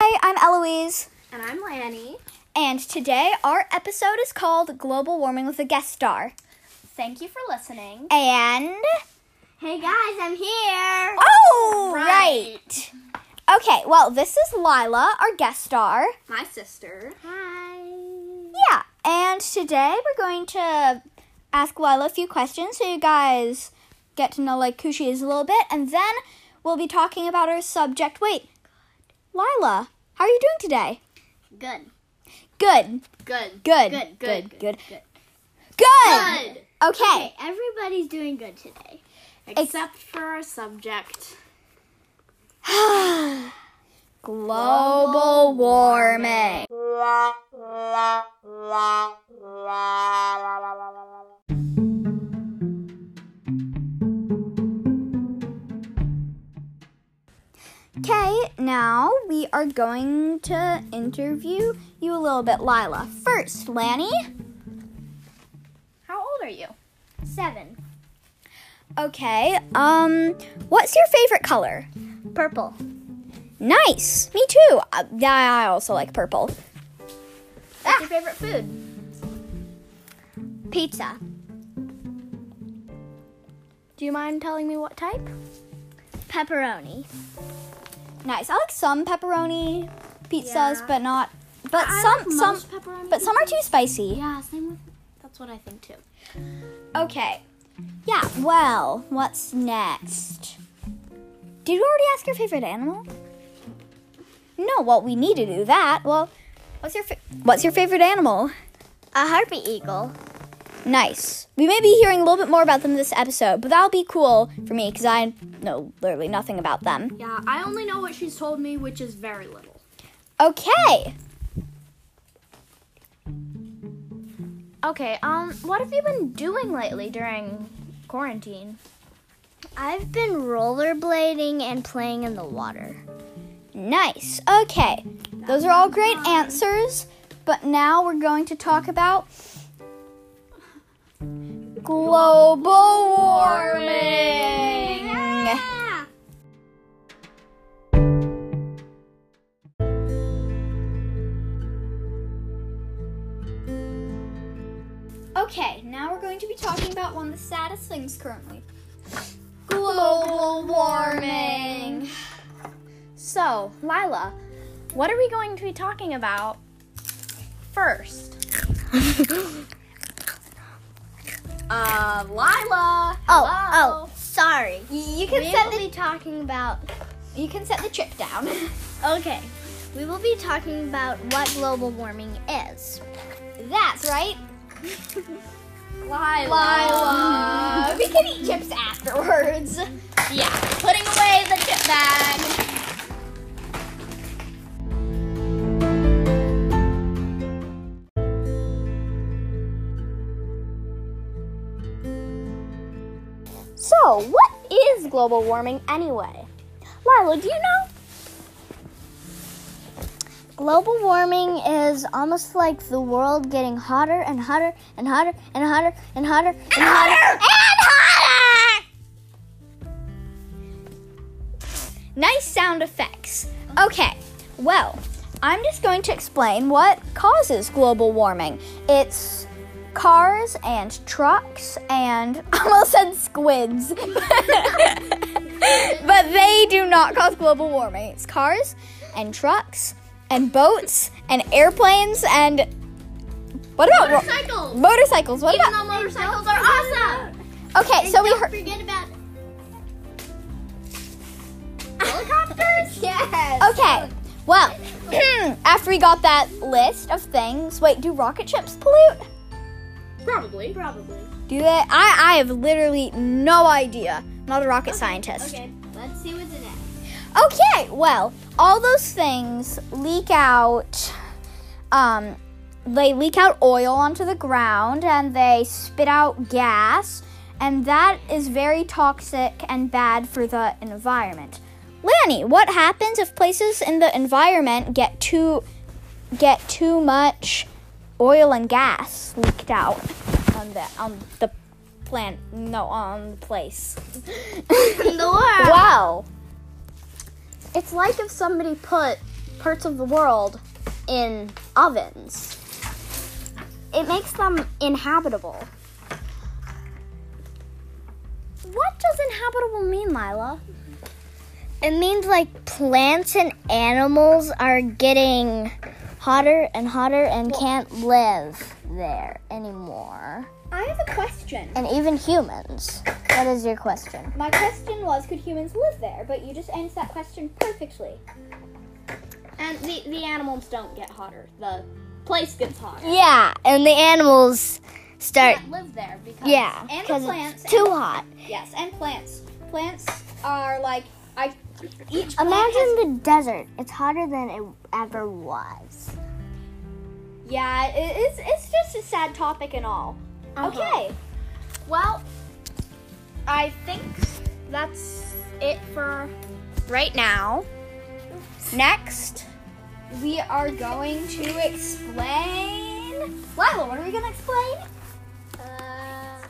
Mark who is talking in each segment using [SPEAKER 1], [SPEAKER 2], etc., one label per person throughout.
[SPEAKER 1] I'm Eloise,
[SPEAKER 2] And I'm Lanny.
[SPEAKER 1] and today our episode is called Global Warming with a Guest Star.
[SPEAKER 2] Thank you for listening.
[SPEAKER 1] And.
[SPEAKER 2] Hey guys, I'm here.
[SPEAKER 1] Oh,
[SPEAKER 2] Right.
[SPEAKER 1] right! Okay, well, this is Lila, our guest star.
[SPEAKER 2] My sister. Hi.
[SPEAKER 1] Yeah, and today we're going to ask Lila a few questions so you guys get to know like who she is a little bit, and then we'll be talking about our subject. Wait, Lila, how are you doing today?
[SPEAKER 2] Good.
[SPEAKER 1] Good,
[SPEAKER 2] Good.
[SPEAKER 1] good,
[SPEAKER 2] Good. Good.
[SPEAKER 1] good, good,
[SPEAKER 2] Good.
[SPEAKER 1] good. Okay.
[SPEAKER 2] Okay, everybody's doing good today.
[SPEAKER 1] Except
[SPEAKER 2] for our subject.
[SPEAKER 1] Global warming. Okay, now we are going to interview you a little bit, Lila. First, Lanny.
[SPEAKER 2] How old are you? Seven.
[SPEAKER 1] Okay, um, what's your favorite color?
[SPEAKER 2] Purple.
[SPEAKER 1] Nice. Me too. Uh, yeah, I also like purple.
[SPEAKER 2] What's your favorite food? Pizza.
[SPEAKER 1] Do you mind telling me what type?
[SPEAKER 2] Pepperoni.
[SPEAKER 1] Nice. I like some pepperoni pizzas,
[SPEAKER 2] Yeah.
[SPEAKER 1] but not. But
[SPEAKER 2] I
[SPEAKER 1] some
[SPEAKER 2] like
[SPEAKER 1] some
[SPEAKER 2] most pepperoni
[SPEAKER 1] but some are too spicy.
[SPEAKER 2] Yeah, same with. That's what I think too.
[SPEAKER 1] Okay. Yeah. Well, what's next? Did we already ask your favorite animal? No. Well, we need to do that. Well, what's your fa- what's your favorite animal?
[SPEAKER 2] A harpy eagle.
[SPEAKER 1] Nice. We may be hearing a little bit more about them this episode, but that'll be cool for me because I know literally nothing about them.
[SPEAKER 3] Yeah, I only know what she's told me, which is very little.
[SPEAKER 1] Okay.
[SPEAKER 4] Okay, um, what have you been doing lately during quarantine?
[SPEAKER 2] I've been rollerblading and playing in the water.
[SPEAKER 1] Nice. Okay. Those are all great answers, but now we're going to talk about global warming. Okay, now we're going to be talking about one of the saddest things currently global warming.
[SPEAKER 4] So,
[SPEAKER 3] Oh,
[SPEAKER 4] Lila, what are we going to be talking about first?
[SPEAKER 3] Uh, Lila!
[SPEAKER 2] Oh, oh, sorry.
[SPEAKER 1] You
[SPEAKER 2] We
[SPEAKER 1] can set
[SPEAKER 2] will
[SPEAKER 1] the
[SPEAKER 2] be talking about.
[SPEAKER 1] you can set the chip down.
[SPEAKER 2] Okay, we will be talking about what global warming is.
[SPEAKER 1] That's right.
[SPEAKER 3] Lila!
[SPEAKER 1] Lila. we can eat chips afterwards.
[SPEAKER 2] Yeah, putting away the chip bag.
[SPEAKER 4] So, what is global warming anyway? Lila, do you know?
[SPEAKER 2] Global warming is almost like the world getting hotter and hotter and hotter and hotter and hotter and hotter and hotter.
[SPEAKER 1] Nice sound effects. Okay, well, I'm just going to explain what causes global warming. It's cars and trucks and I almost said squids. but they do not cause global warming. It's cars and trucks and boats and airplanes and what about
[SPEAKER 3] Motorcycles!
[SPEAKER 1] motorcycles? What
[SPEAKER 3] Even
[SPEAKER 1] about
[SPEAKER 3] though motorcycles are awesome!
[SPEAKER 1] Okay, so we
[SPEAKER 3] Don't
[SPEAKER 1] heard
[SPEAKER 3] forget about
[SPEAKER 1] helicopters? yes. Okay. Well, after we got that list of things, wait, do rocket ships pollute?
[SPEAKER 3] Probably. Probably.
[SPEAKER 1] Do they? I, I have literally no idea. I'm not a rocket scientist.
[SPEAKER 3] Okay, let's see what's in it.
[SPEAKER 1] Okay, well, all those things leak out. Um, they leak out oil onto the ground and they spit out gas, and that is very toxic and bad for the environment. Lanny, what happens if places in the environment get too get too much oil and gas leaked out on the on the plant? No, on the place.
[SPEAKER 2] The world.
[SPEAKER 3] Ah.
[SPEAKER 1] Wow.
[SPEAKER 4] It's like if somebody put
[SPEAKER 2] parts of the world in ovens. It makes them inhabitable.
[SPEAKER 4] What does inhabitable mean, Lila?
[SPEAKER 2] It means like plants and animals are getting hotter and hotter and can't live there anymore.
[SPEAKER 3] I have a question.
[SPEAKER 2] And even humans. What is your question?
[SPEAKER 3] My question was, could humans live there? But you just answered that question perfectly. And the, the animals don't get hotter. The place gets hotter.
[SPEAKER 2] Yeah, and the animals start.
[SPEAKER 3] Can't live there because
[SPEAKER 2] Yeah,
[SPEAKER 3] and the
[SPEAKER 2] because
[SPEAKER 3] plants
[SPEAKER 2] it's too hot.
[SPEAKER 3] yes, and plants. Plants are like I each plant has-
[SPEAKER 2] Imagine the desert. It's hotter than it ever was.
[SPEAKER 3] yeah, it, it's it's just a sad topic and all.
[SPEAKER 2] Uh-huh.
[SPEAKER 3] Okay.
[SPEAKER 4] Well, I think that's it for right now. Next,
[SPEAKER 3] We are going to explain. Lila, what are we going to explain? Uh,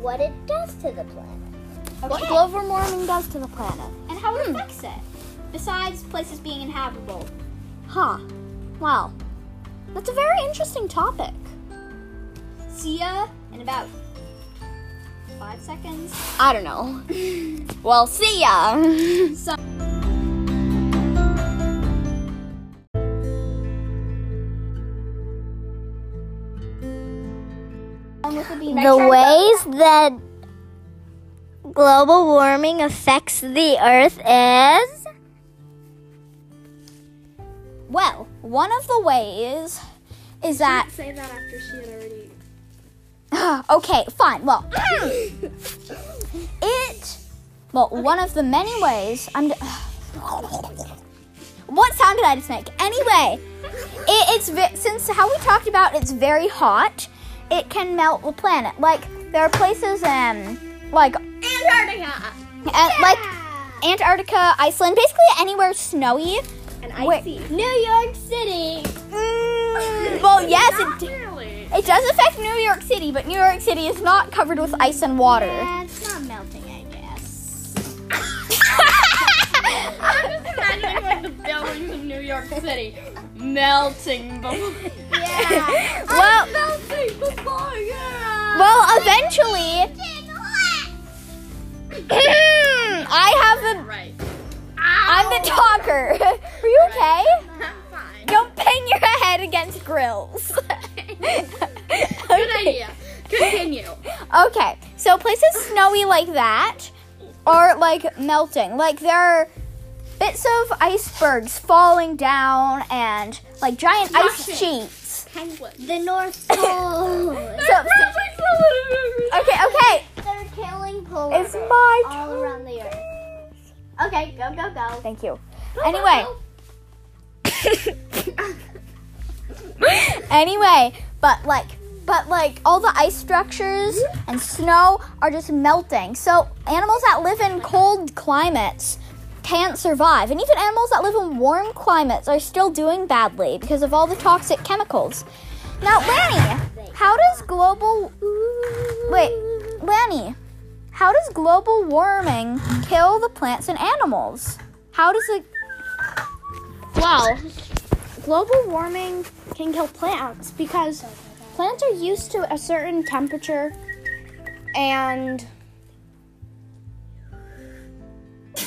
[SPEAKER 2] What it does to the planet. What
[SPEAKER 3] Okay.
[SPEAKER 2] global warming does to the planet. Hmm.
[SPEAKER 3] and how it affects it. Besides places being inhabitable.
[SPEAKER 4] huh? Wow, that's a very interesting topic.
[SPEAKER 3] See ya in about five seconds.
[SPEAKER 2] I don't know. well, see ya.
[SPEAKER 3] And with the bean.
[SPEAKER 2] the ways that global warming affects the earth is
[SPEAKER 1] Well, one of the ways is that.
[SPEAKER 3] Say that after she had already.
[SPEAKER 1] okay, fine. Well, it. Well, one of the many ways. I'm. d- what sound did I just make? Anyway, it, it's ve- since how we talked about it's very hot. It can melt the planet. Like there are places um like
[SPEAKER 3] Antarctica!
[SPEAKER 1] uh, like Antarctica, Iceland, basically anywhere snowy.
[SPEAKER 3] And
[SPEAKER 1] Wait.
[SPEAKER 3] icy. New York City!
[SPEAKER 1] Mm, well, yes, it
[SPEAKER 3] Not really.
[SPEAKER 1] It does affect New York City, but New York City is not covered with ice and water.
[SPEAKER 3] That's not melting, I guess. I'm just imagining like the buildings of New York City melting before. Yeah.
[SPEAKER 1] Well-
[SPEAKER 3] melting before. Yeah.
[SPEAKER 1] well, eventually, I have a.
[SPEAKER 3] right.
[SPEAKER 1] I'm the talker. Are you okay?
[SPEAKER 3] Fine.
[SPEAKER 1] Don't bang your head against grills.
[SPEAKER 3] Good idea. Continue.
[SPEAKER 1] Okay, so places snowy like that are like melting. Like there are bits of icebergs falling down and like giant ice
[SPEAKER 3] Rushing.
[SPEAKER 1] sheets.
[SPEAKER 3] Penguin.
[SPEAKER 2] the North Pole.
[SPEAKER 1] So, okay, okay,
[SPEAKER 2] They're killing polar
[SPEAKER 1] it's my
[SPEAKER 2] all around the earth.
[SPEAKER 3] Okay, go go go.
[SPEAKER 1] Thank you. Anyway. anyway, but like but like all the ice structures and snow are just melting. So animals that live in cold climates can't survive. And even animals that live in warm climates are still doing badly because of all the toxic chemicals. Now, Lanny, how does global Wait, Lanny, how does global warming kill the plants and animals? How does it
[SPEAKER 4] Well, global warming can kill plants because plants are used to a certain temperature and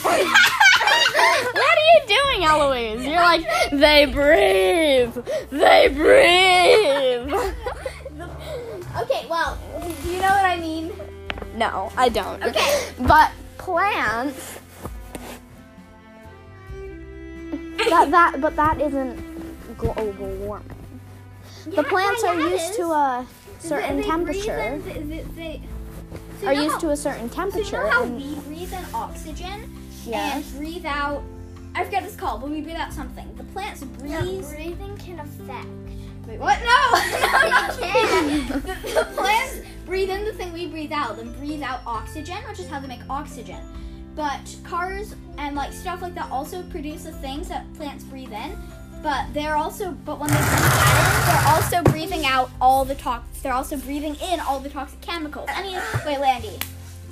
[SPEAKER 4] What are you doing, Eloise? You're like, they breathe. They breathe.
[SPEAKER 3] Okay, well, do you know what I mean?
[SPEAKER 4] No, I don't.
[SPEAKER 3] Okay.
[SPEAKER 4] But plants that that but that isn't global warming. the plants are used to a certain temperature. Are used to a certain temperature.
[SPEAKER 3] So you know how
[SPEAKER 4] and-
[SPEAKER 3] we breathe in oxygen
[SPEAKER 4] Yeah.
[SPEAKER 3] and breathe out. I forget what it's called, but we breathe out something. The plants breathe.
[SPEAKER 2] breathing can affect.
[SPEAKER 3] Wait, what? No! no, no. the, the plants breathe in the thing we breathe out, then breathe out oxygen, which is how they make oxygen. But cars and like stuff like that also produce the things that plants breathe in. But they're also, but when they breathe that in, they're also breathing out all the tox. They're also breathing in all the toxic chemicals. I mean, wait, Landy,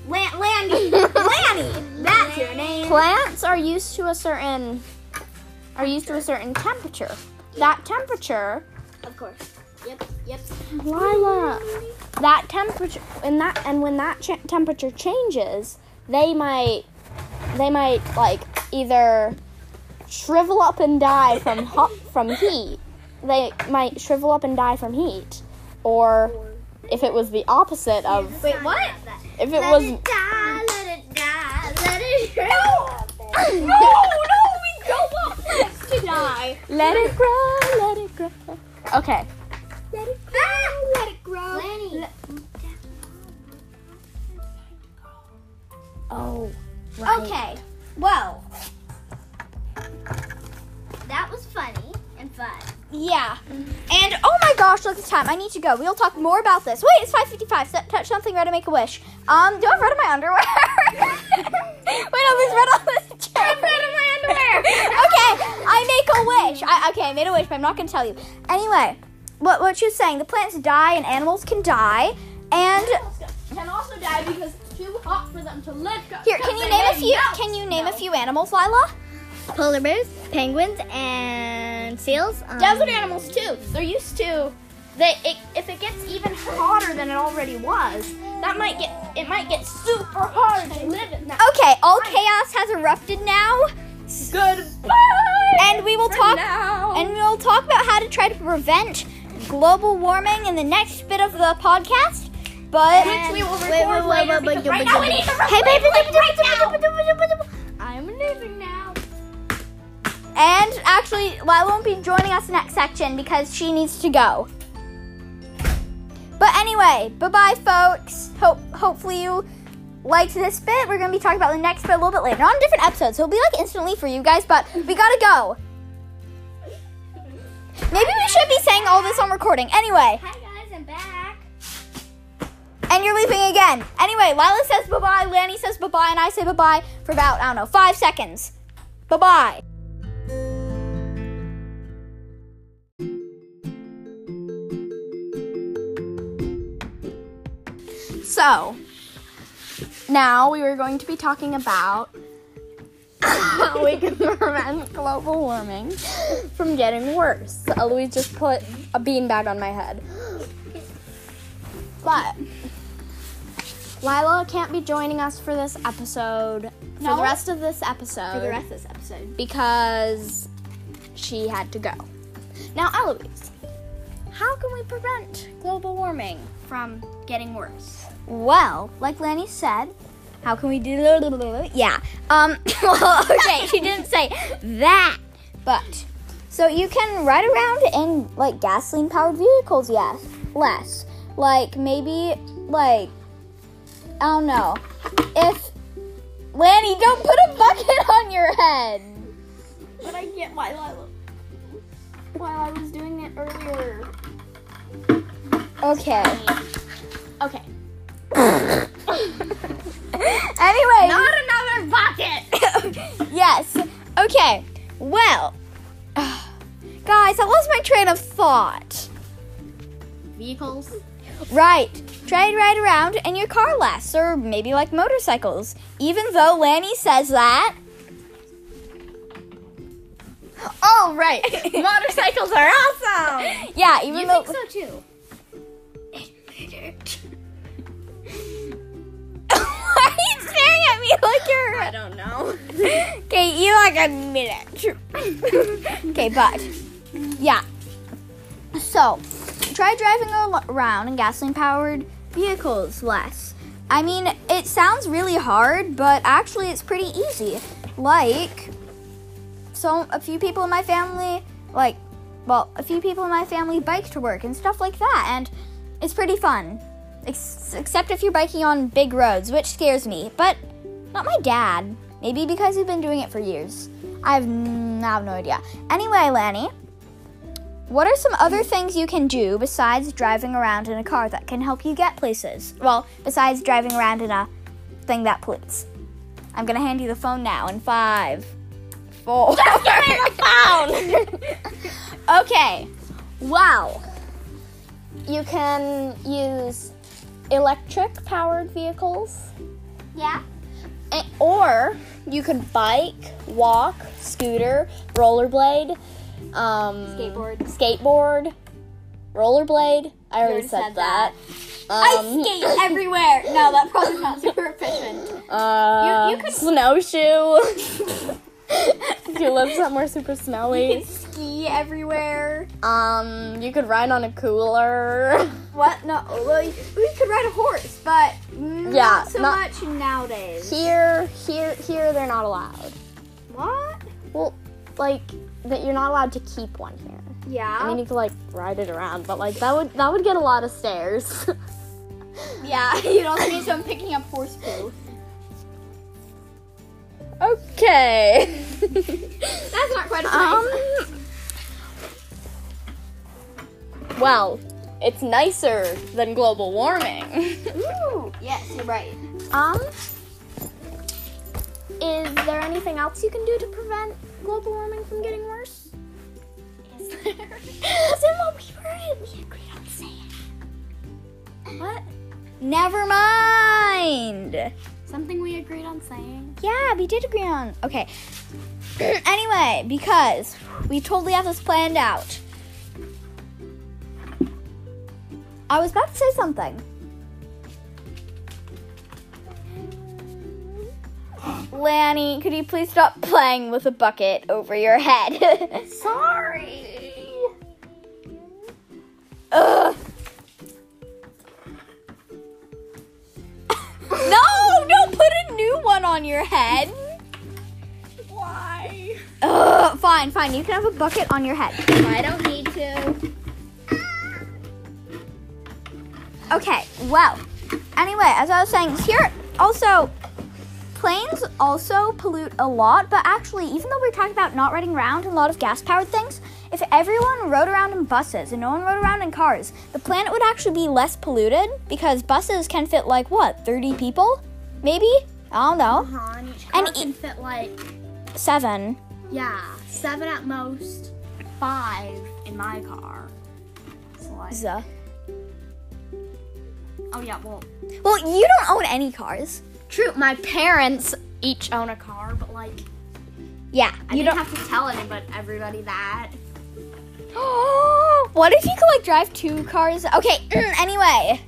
[SPEAKER 3] Lan- Landy. Lanny. That's your name.
[SPEAKER 4] Plants are used to a certain are used to a certain temperature. That temperature,
[SPEAKER 3] Of course. Yep. Yep.
[SPEAKER 4] Lila. That temperature and that and when that ch- temperature changes, they might they might like either shrivel up and die from hot from heat. They might shrivel up and die from heat, or if it was the opposite of
[SPEAKER 3] Wait, what?
[SPEAKER 4] if it was
[SPEAKER 2] Die, let it die, let it
[SPEAKER 3] no, no, we go up next to die.
[SPEAKER 4] let it grow, let it grow. Okay,
[SPEAKER 3] Let it grow. let it grow.
[SPEAKER 2] Lanny.
[SPEAKER 3] Le-
[SPEAKER 4] Oh,
[SPEAKER 3] Okay. Well,
[SPEAKER 2] That was funny and fun.
[SPEAKER 1] Yeah. And oh my gosh, look at the time. I need to go. We'll talk more about this. Wait, it's 5:55. S- touch something red and make a wish. Um, do I have red on my underwear? Wait, all this red on this chair. I'm red on my underwear. okay, I make a wish. I, okay, I made a wish, but I'm not gonna tell you. Anyway, what what she was saying? The plants die and animals can die. And
[SPEAKER 3] can also die because it's too hot for them to live. 'cause
[SPEAKER 1] here, can you
[SPEAKER 3] they
[SPEAKER 1] name a
[SPEAKER 3] may
[SPEAKER 1] few?
[SPEAKER 3] melt.
[SPEAKER 1] Can you name a few animals, Lila?
[SPEAKER 2] Polar bears, penguins, and seals. Um,
[SPEAKER 3] Desert animals too. They're used to. They it, if it gets even hotter than it already was, that might get it might get super hard to live in that.
[SPEAKER 1] Okay, all chaos has erupted now.
[SPEAKER 3] Goodbye.
[SPEAKER 1] And we will talk
[SPEAKER 3] now.
[SPEAKER 1] and we'll talk about how to try to prevent global warming in the next bit of the podcast. But
[SPEAKER 3] Which we will
[SPEAKER 2] Wait,
[SPEAKER 3] record
[SPEAKER 2] wait, wait,
[SPEAKER 3] later
[SPEAKER 2] wait,
[SPEAKER 3] because
[SPEAKER 2] wait,
[SPEAKER 3] right
[SPEAKER 2] wait,
[SPEAKER 3] now we
[SPEAKER 2] wait.
[SPEAKER 3] need to record
[SPEAKER 1] hey, baby,
[SPEAKER 3] like, right now.
[SPEAKER 2] I'm leaving now.
[SPEAKER 1] and actually, Lila won't be joining us next section because she needs to go. But anyway, bye bye, folks. Hope hopefully you liked this bit. We're gonna be talking about the next bit a little bit later on a different episode, so it'll be like instantly for you guys. But we gotta go. Maybe we should be saying all this on recording. Anyway.
[SPEAKER 2] Hi guys, I'm back.
[SPEAKER 1] and you're leaving again. Anyway, Lila says bye bye, Lanny says bye bye, and I say bye bye for about, I don't know, five seconds. Bye bye.
[SPEAKER 4] so now we were going to be talking about how we can prevent global warming from getting worse. Eloise just put a beanbag on my head. But Lila can't be joining us for this episode, for the rest of this episode.
[SPEAKER 3] For the rest of this episode.
[SPEAKER 4] because she had to go. Now, Eloise, how can we prevent global warming from getting worse?
[SPEAKER 1] Well, like Lanny said, how can we do? Yeah. Um. well, okay. She didn't say that, but so you can ride around in like gasoline-powered vehicles. Yes. Less. Like maybe like I don't know. If Lanny, don't put a bucket on your head.
[SPEAKER 3] But I get why Lila. While I was doing it earlier.
[SPEAKER 1] Okay.
[SPEAKER 4] Okay,
[SPEAKER 1] Anyway.
[SPEAKER 3] Not another bucket.
[SPEAKER 1] yes. Okay. Well, guys, I lost my train of thought.
[SPEAKER 4] vehicles.
[SPEAKER 1] Right. Try to ride around in your car less, or maybe like motorcycles. Even though Lanny says that.
[SPEAKER 4] All right, motorcycles are awesome.
[SPEAKER 1] Yeah, even though.
[SPEAKER 3] so too.
[SPEAKER 1] Why are you staring at me like you're. I don't know. Okay, you like a minute. okay, but. Yeah. So, try driving al- around in gasoline powered vehicles less. I mean, it sounds really hard, but actually, it's pretty easy. Like, so a few people in my family, like, well, a few people in my family bike to work and stuff like that, and it's pretty fun. Ex- except if you're biking on big roads, which scares me. But not my dad. Maybe because he's been doing it for years. I have, n- I have no idea. Anyway, Lanny, what are some other things you can do besides driving around in a car that can help you get places? Well, besides driving around in a thing that pollutes. I'm gonna hand you the phone now in five, four. Just give me the phone. okay.
[SPEAKER 4] Wow. You can use electric powered vehicles
[SPEAKER 3] Yeah.
[SPEAKER 4] And, Eh, or you can bike, walk, scooter, rollerblade, um,
[SPEAKER 3] Skateboard.
[SPEAKER 4] skateboard, rollerblade. I already
[SPEAKER 3] already
[SPEAKER 4] said,
[SPEAKER 3] said
[SPEAKER 4] that. Um,
[SPEAKER 3] I skate everywhere. No, that probably not super efficient.
[SPEAKER 4] Uh,
[SPEAKER 3] You- you could-
[SPEAKER 4] snowshoe. if you live somewhere super
[SPEAKER 3] You can
[SPEAKER 4] smelly,
[SPEAKER 3] ski everywhere.
[SPEAKER 4] um, you could ride on a cooler.
[SPEAKER 3] What? No. Well, you, we could ride a horse, but
[SPEAKER 4] Yeah,
[SPEAKER 3] not so
[SPEAKER 4] not-
[SPEAKER 3] much nowadays.
[SPEAKER 4] Here, here, here, they're not allowed.
[SPEAKER 3] What?
[SPEAKER 4] Well, like that, you're not allowed to keep one here.
[SPEAKER 3] Yeah.
[SPEAKER 4] I mean, you could like ride it around, but like that would that would get a lot of stairs.
[SPEAKER 3] yeah. You'd also need someone picking up horse poo.
[SPEAKER 4] okay.
[SPEAKER 3] That's not quite a
[SPEAKER 4] um.
[SPEAKER 3] place.
[SPEAKER 4] Well, it's nicer than global warming.
[SPEAKER 3] Ooh. Yes, you're right.
[SPEAKER 4] um. Is there anything else you can do to prevent global warming from getting worse?
[SPEAKER 1] Never mind.
[SPEAKER 3] Something we agreed on saying.
[SPEAKER 1] Yeah, we did agree on. Okay. anyway, because we totally have this planned out. I was about to say something. Lanny, could you please stop playing with a bucket over your head?
[SPEAKER 3] Sorry.
[SPEAKER 1] Ugh. no, don't put a new one on your head.
[SPEAKER 3] Why?
[SPEAKER 1] Ugh, fine, fine. You can have a bucket on your head.
[SPEAKER 3] I don't need to.
[SPEAKER 1] Okay, well, anyway, as I was saying, here also, planes also pollute a lot, but actually, even though we're talking about not riding around and a lot of gas powered things, if everyone rode around in buses and no one rode around in cars, the planet would actually be less polluted because buses can fit like what, 30 people? Maybe? I don't know.
[SPEAKER 2] Uh-huh, and each
[SPEAKER 1] And
[SPEAKER 2] car
[SPEAKER 1] e-
[SPEAKER 2] can fit like
[SPEAKER 1] Seven.
[SPEAKER 2] yeah, seven at most, five in my car. So like,
[SPEAKER 1] Zuh.
[SPEAKER 2] oh yeah, well,
[SPEAKER 1] Well, you don't own any cars.
[SPEAKER 2] true. My parents each own a car, but like
[SPEAKER 1] Yeah,
[SPEAKER 2] I
[SPEAKER 1] you
[SPEAKER 2] didn't
[SPEAKER 1] don't.
[SPEAKER 2] have to tell anybody, everybody that.
[SPEAKER 1] what if you could like drive two cars? Okay. anyway,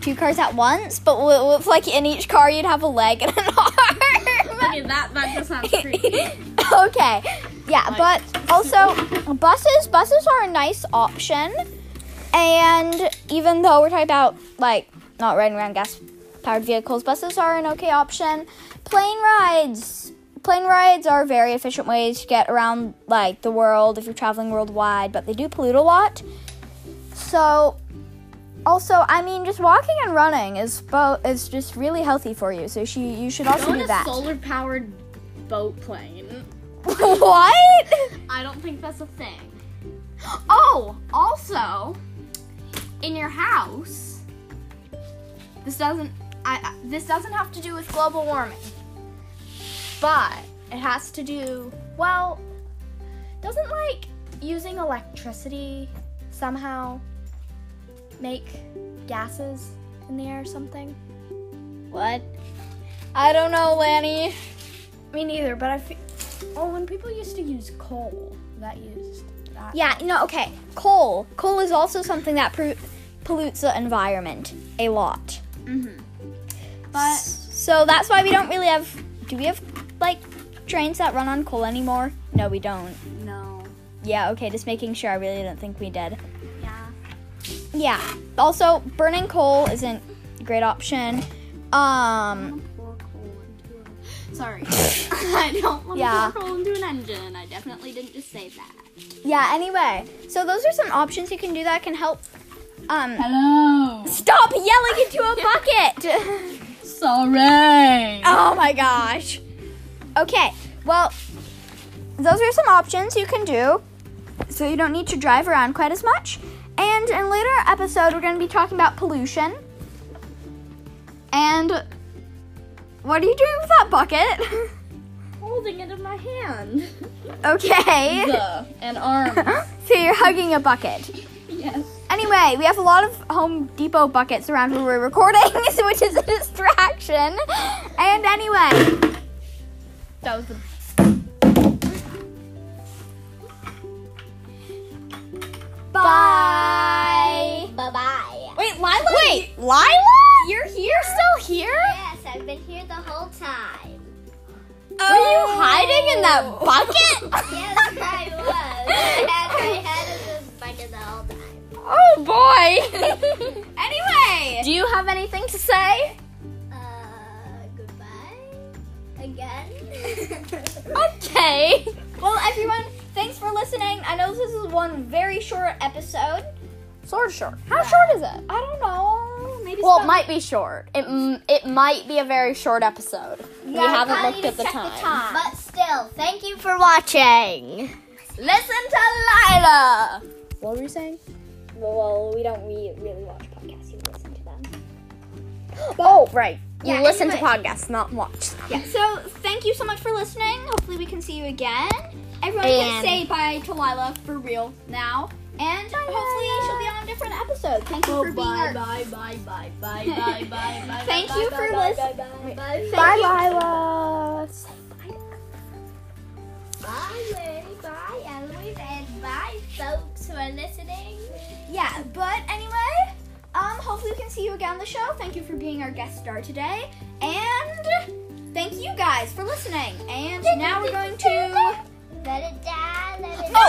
[SPEAKER 1] two cars at once, but what what if like in each car you'd have a leg and an arm?
[SPEAKER 2] Okay, that that does sound
[SPEAKER 1] okay. Yeah, but also buses. Buses are a nice option, and even though we're talking about like not riding around gas-powered vehicles, buses are an okay option. Plane rides. Plane rides are very efficient ways to get around like the world if you're traveling worldwide, but they do pollute a lot. So, also, I mean, just walking and running is bo- is just really healthy for you. So she, you should also
[SPEAKER 2] Go
[SPEAKER 1] do
[SPEAKER 2] in a
[SPEAKER 1] that.
[SPEAKER 2] solar powered boat plane.
[SPEAKER 1] what?
[SPEAKER 2] I don't think that's a thing. Oh, also, in your house, this doesn't I, I- this doesn't have to do with global warming, but it has to do well. Doesn't like using electricity somehow make gases in the air or something?
[SPEAKER 1] What? I don't know, Lanny.
[SPEAKER 2] Me neither, but I feel. Oh, when people used to use coal, that used that.
[SPEAKER 1] Yeah, no, okay. Coal. Coal is also something that pr- pollutes the environment a lot.
[SPEAKER 2] But
[SPEAKER 1] So that's why we don't really have. Do we have, like, trains that run on coal anymore? No, we don't.
[SPEAKER 2] no.
[SPEAKER 1] Yeah, okay, just making sure. I really didn't think we did.
[SPEAKER 2] Yeah.
[SPEAKER 1] Yeah. Also, burning coal isn't a great option. Um,
[SPEAKER 2] Sorry. I don't want
[SPEAKER 1] Yeah.
[SPEAKER 2] to pour coal into an engine. I definitely didn't just say that.
[SPEAKER 1] yeah, anyway. So those are some options you can do that can help. Um,
[SPEAKER 2] Hello.
[SPEAKER 1] stop yelling into a bucket!
[SPEAKER 2] Sorry.
[SPEAKER 1] Oh my gosh. Okay, well, those are some options you can do so you don't need to drive around quite as much. And in a later episode, we're going to be talking about pollution. And what are you doing with that bucket?
[SPEAKER 2] Holding it in my hand.
[SPEAKER 1] okay.
[SPEAKER 2] Duh. An arm.
[SPEAKER 1] so you're hugging a bucket. Anyway, we have a lot of Home Depot buckets around where we're recording, which is a distraction. And anyway,
[SPEAKER 2] That was the.
[SPEAKER 1] bye.
[SPEAKER 3] Bye bye.
[SPEAKER 2] Wait, Lila. Wait,
[SPEAKER 1] Lila?
[SPEAKER 2] you're here? You're still here?
[SPEAKER 3] Yes, I've been here the whole time.
[SPEAKER 1] Were you
[SPEAKER 2] Oh.
[SPEAKER 1] hiding in that bucket?
[SPEAKER 3] Yes, I was. I had my head in this bucket the whole time.
[SPEAKER 1] oh boy.
[SPEAKER 2] Anyway.
[SPEAKER 1] Do you have anything to say?
[SPEAKER 3] Uh, goodbye. Again.
[SPEAKER 1] Okay.
[SPEAKER 3] well, everyone, thanks for listening. I know this is one very short episode.
[SPEAKER 1] Sort of short. How short is it?
[SPEAKER 2] I don't know. Maybe.
[SPEAKER 1] Well, it might be short. It m- it might be a very short episode. we haven't looked
[SPEAKER 3] probably need
[SPEAKER 1] at
[SPEAKER 3] to
[SPEAKER 1] the
[SPEAKER 3] check the
[SPEAKER 1] time.
[SPEAKER 3] But still, thank you for watching.
[SPEAKER 1] Listen to Lila.
[SPEAKER 4] What were you saying?
[SPEAKER 3] Well, we don't re- really watch podcasts. You listen to them.
[SPEAKER 1] Oh, right. You
[SPEAKER 3] Yeah,
[SPEAKER 1] listen
[SPEAKER 3] anyway.
[SPEAKER 1] to podcasts, not watch them.
[SPEAKER 3] Yeah. So thank you so much for listening. Hopefully we can see you again. Everyone
[SPEAKER 1] And-
[SPEAKER 3] can say bye to Lila for real now, and hopefully she'll be on a different episode. Thank you
[SPEAKER 1] Oh,
[SPEAKER 3] for being our.
[SPEAKER 2] Oh, bye, bye, bye, bye, bye, bye, bye.
[SPEAKER 3] Thank you for listening. Bye,
[SPEAKER 4] Bye, Lila.
[SPEAKER 3] Bye, Lily. Bye, Eloise. And bye, folks who are listening. Yeah, but anyway, um, hopefully we can see you again on the show. Thank you for being our guest star today. And thank you guys for listening. And now we're going to. Oh, Let it die, let
[SPEAKER 1] Oh,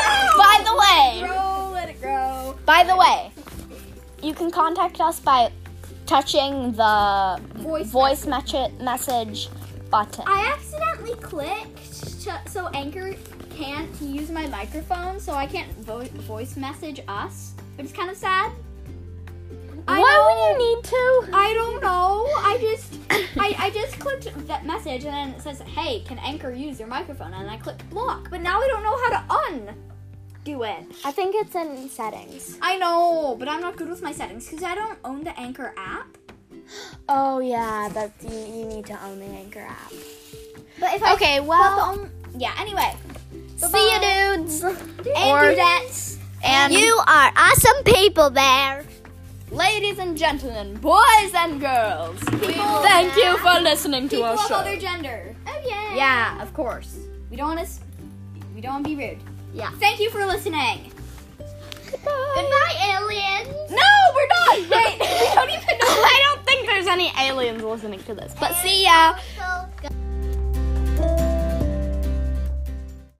[SPEAKER 1] By
[SPEAKER 3] it
[SPEAKER 1] the way,
[SPEAKER 3] grow, let it grow.
[SPEAKER 1] by the way, you can contact us by touching the
[SPEAKER 3] Voice
[SPEAKER 1] voice mecha- message button.
[SPEAKER 3] I accidentally clicked to, so Anchor can't use my microphone, so I can't vo- voice message us, which is kind of sad. I
[SPEAKER 1] Why would you need to?
[SPEAKER 3] I don't know. I just I, I just clicked that message and then it says, "Hey, can Anchor use your microphone?" And I clicked block, but now I don't know how to un do it.
[SPEAKER 4] I think it's in settings.
[SPEAKER 3] I know, but I'm not good with my settings because I don't own the Anchor app.
[SPEAKER 4] Oh yeah, that you, you need to own the Anchor app.
[SPEAKER 3] But if I
[SPEAKER 1] Okay,
[SPEAKER 3] well,
[SPEAKER 1] well,
[SPEAKER 3] yeah. Anyway,
[SPEAKER 1] see you dudes.
[SPEAKER 3] Anchor that.
[SPEAKER 1] And
[SPEAKER 3] You are awesome people there.
[SPEAKER 1] ladies and gentlemen, boys and girls, thank you for listening to
[SPEAKER 3] People
[SPEAKER 1] our
[SPEAKER 3] of
[SPEAKER 1] show.
[SPEAKER 3] other gender. Oh yeah.
[SPEAKER 1] Yeah, of course.
[SPEAKER 3] We don't want to. We don't want to be rude.
[SPEAKER 1] Yeah.
[SPEAKER 3] Thank you for listening. Goodbye, aliens.
[SPEAKER 1] No, we're not. Wait, we don't even know. I don't think there's any aliens listening to this. But see ya.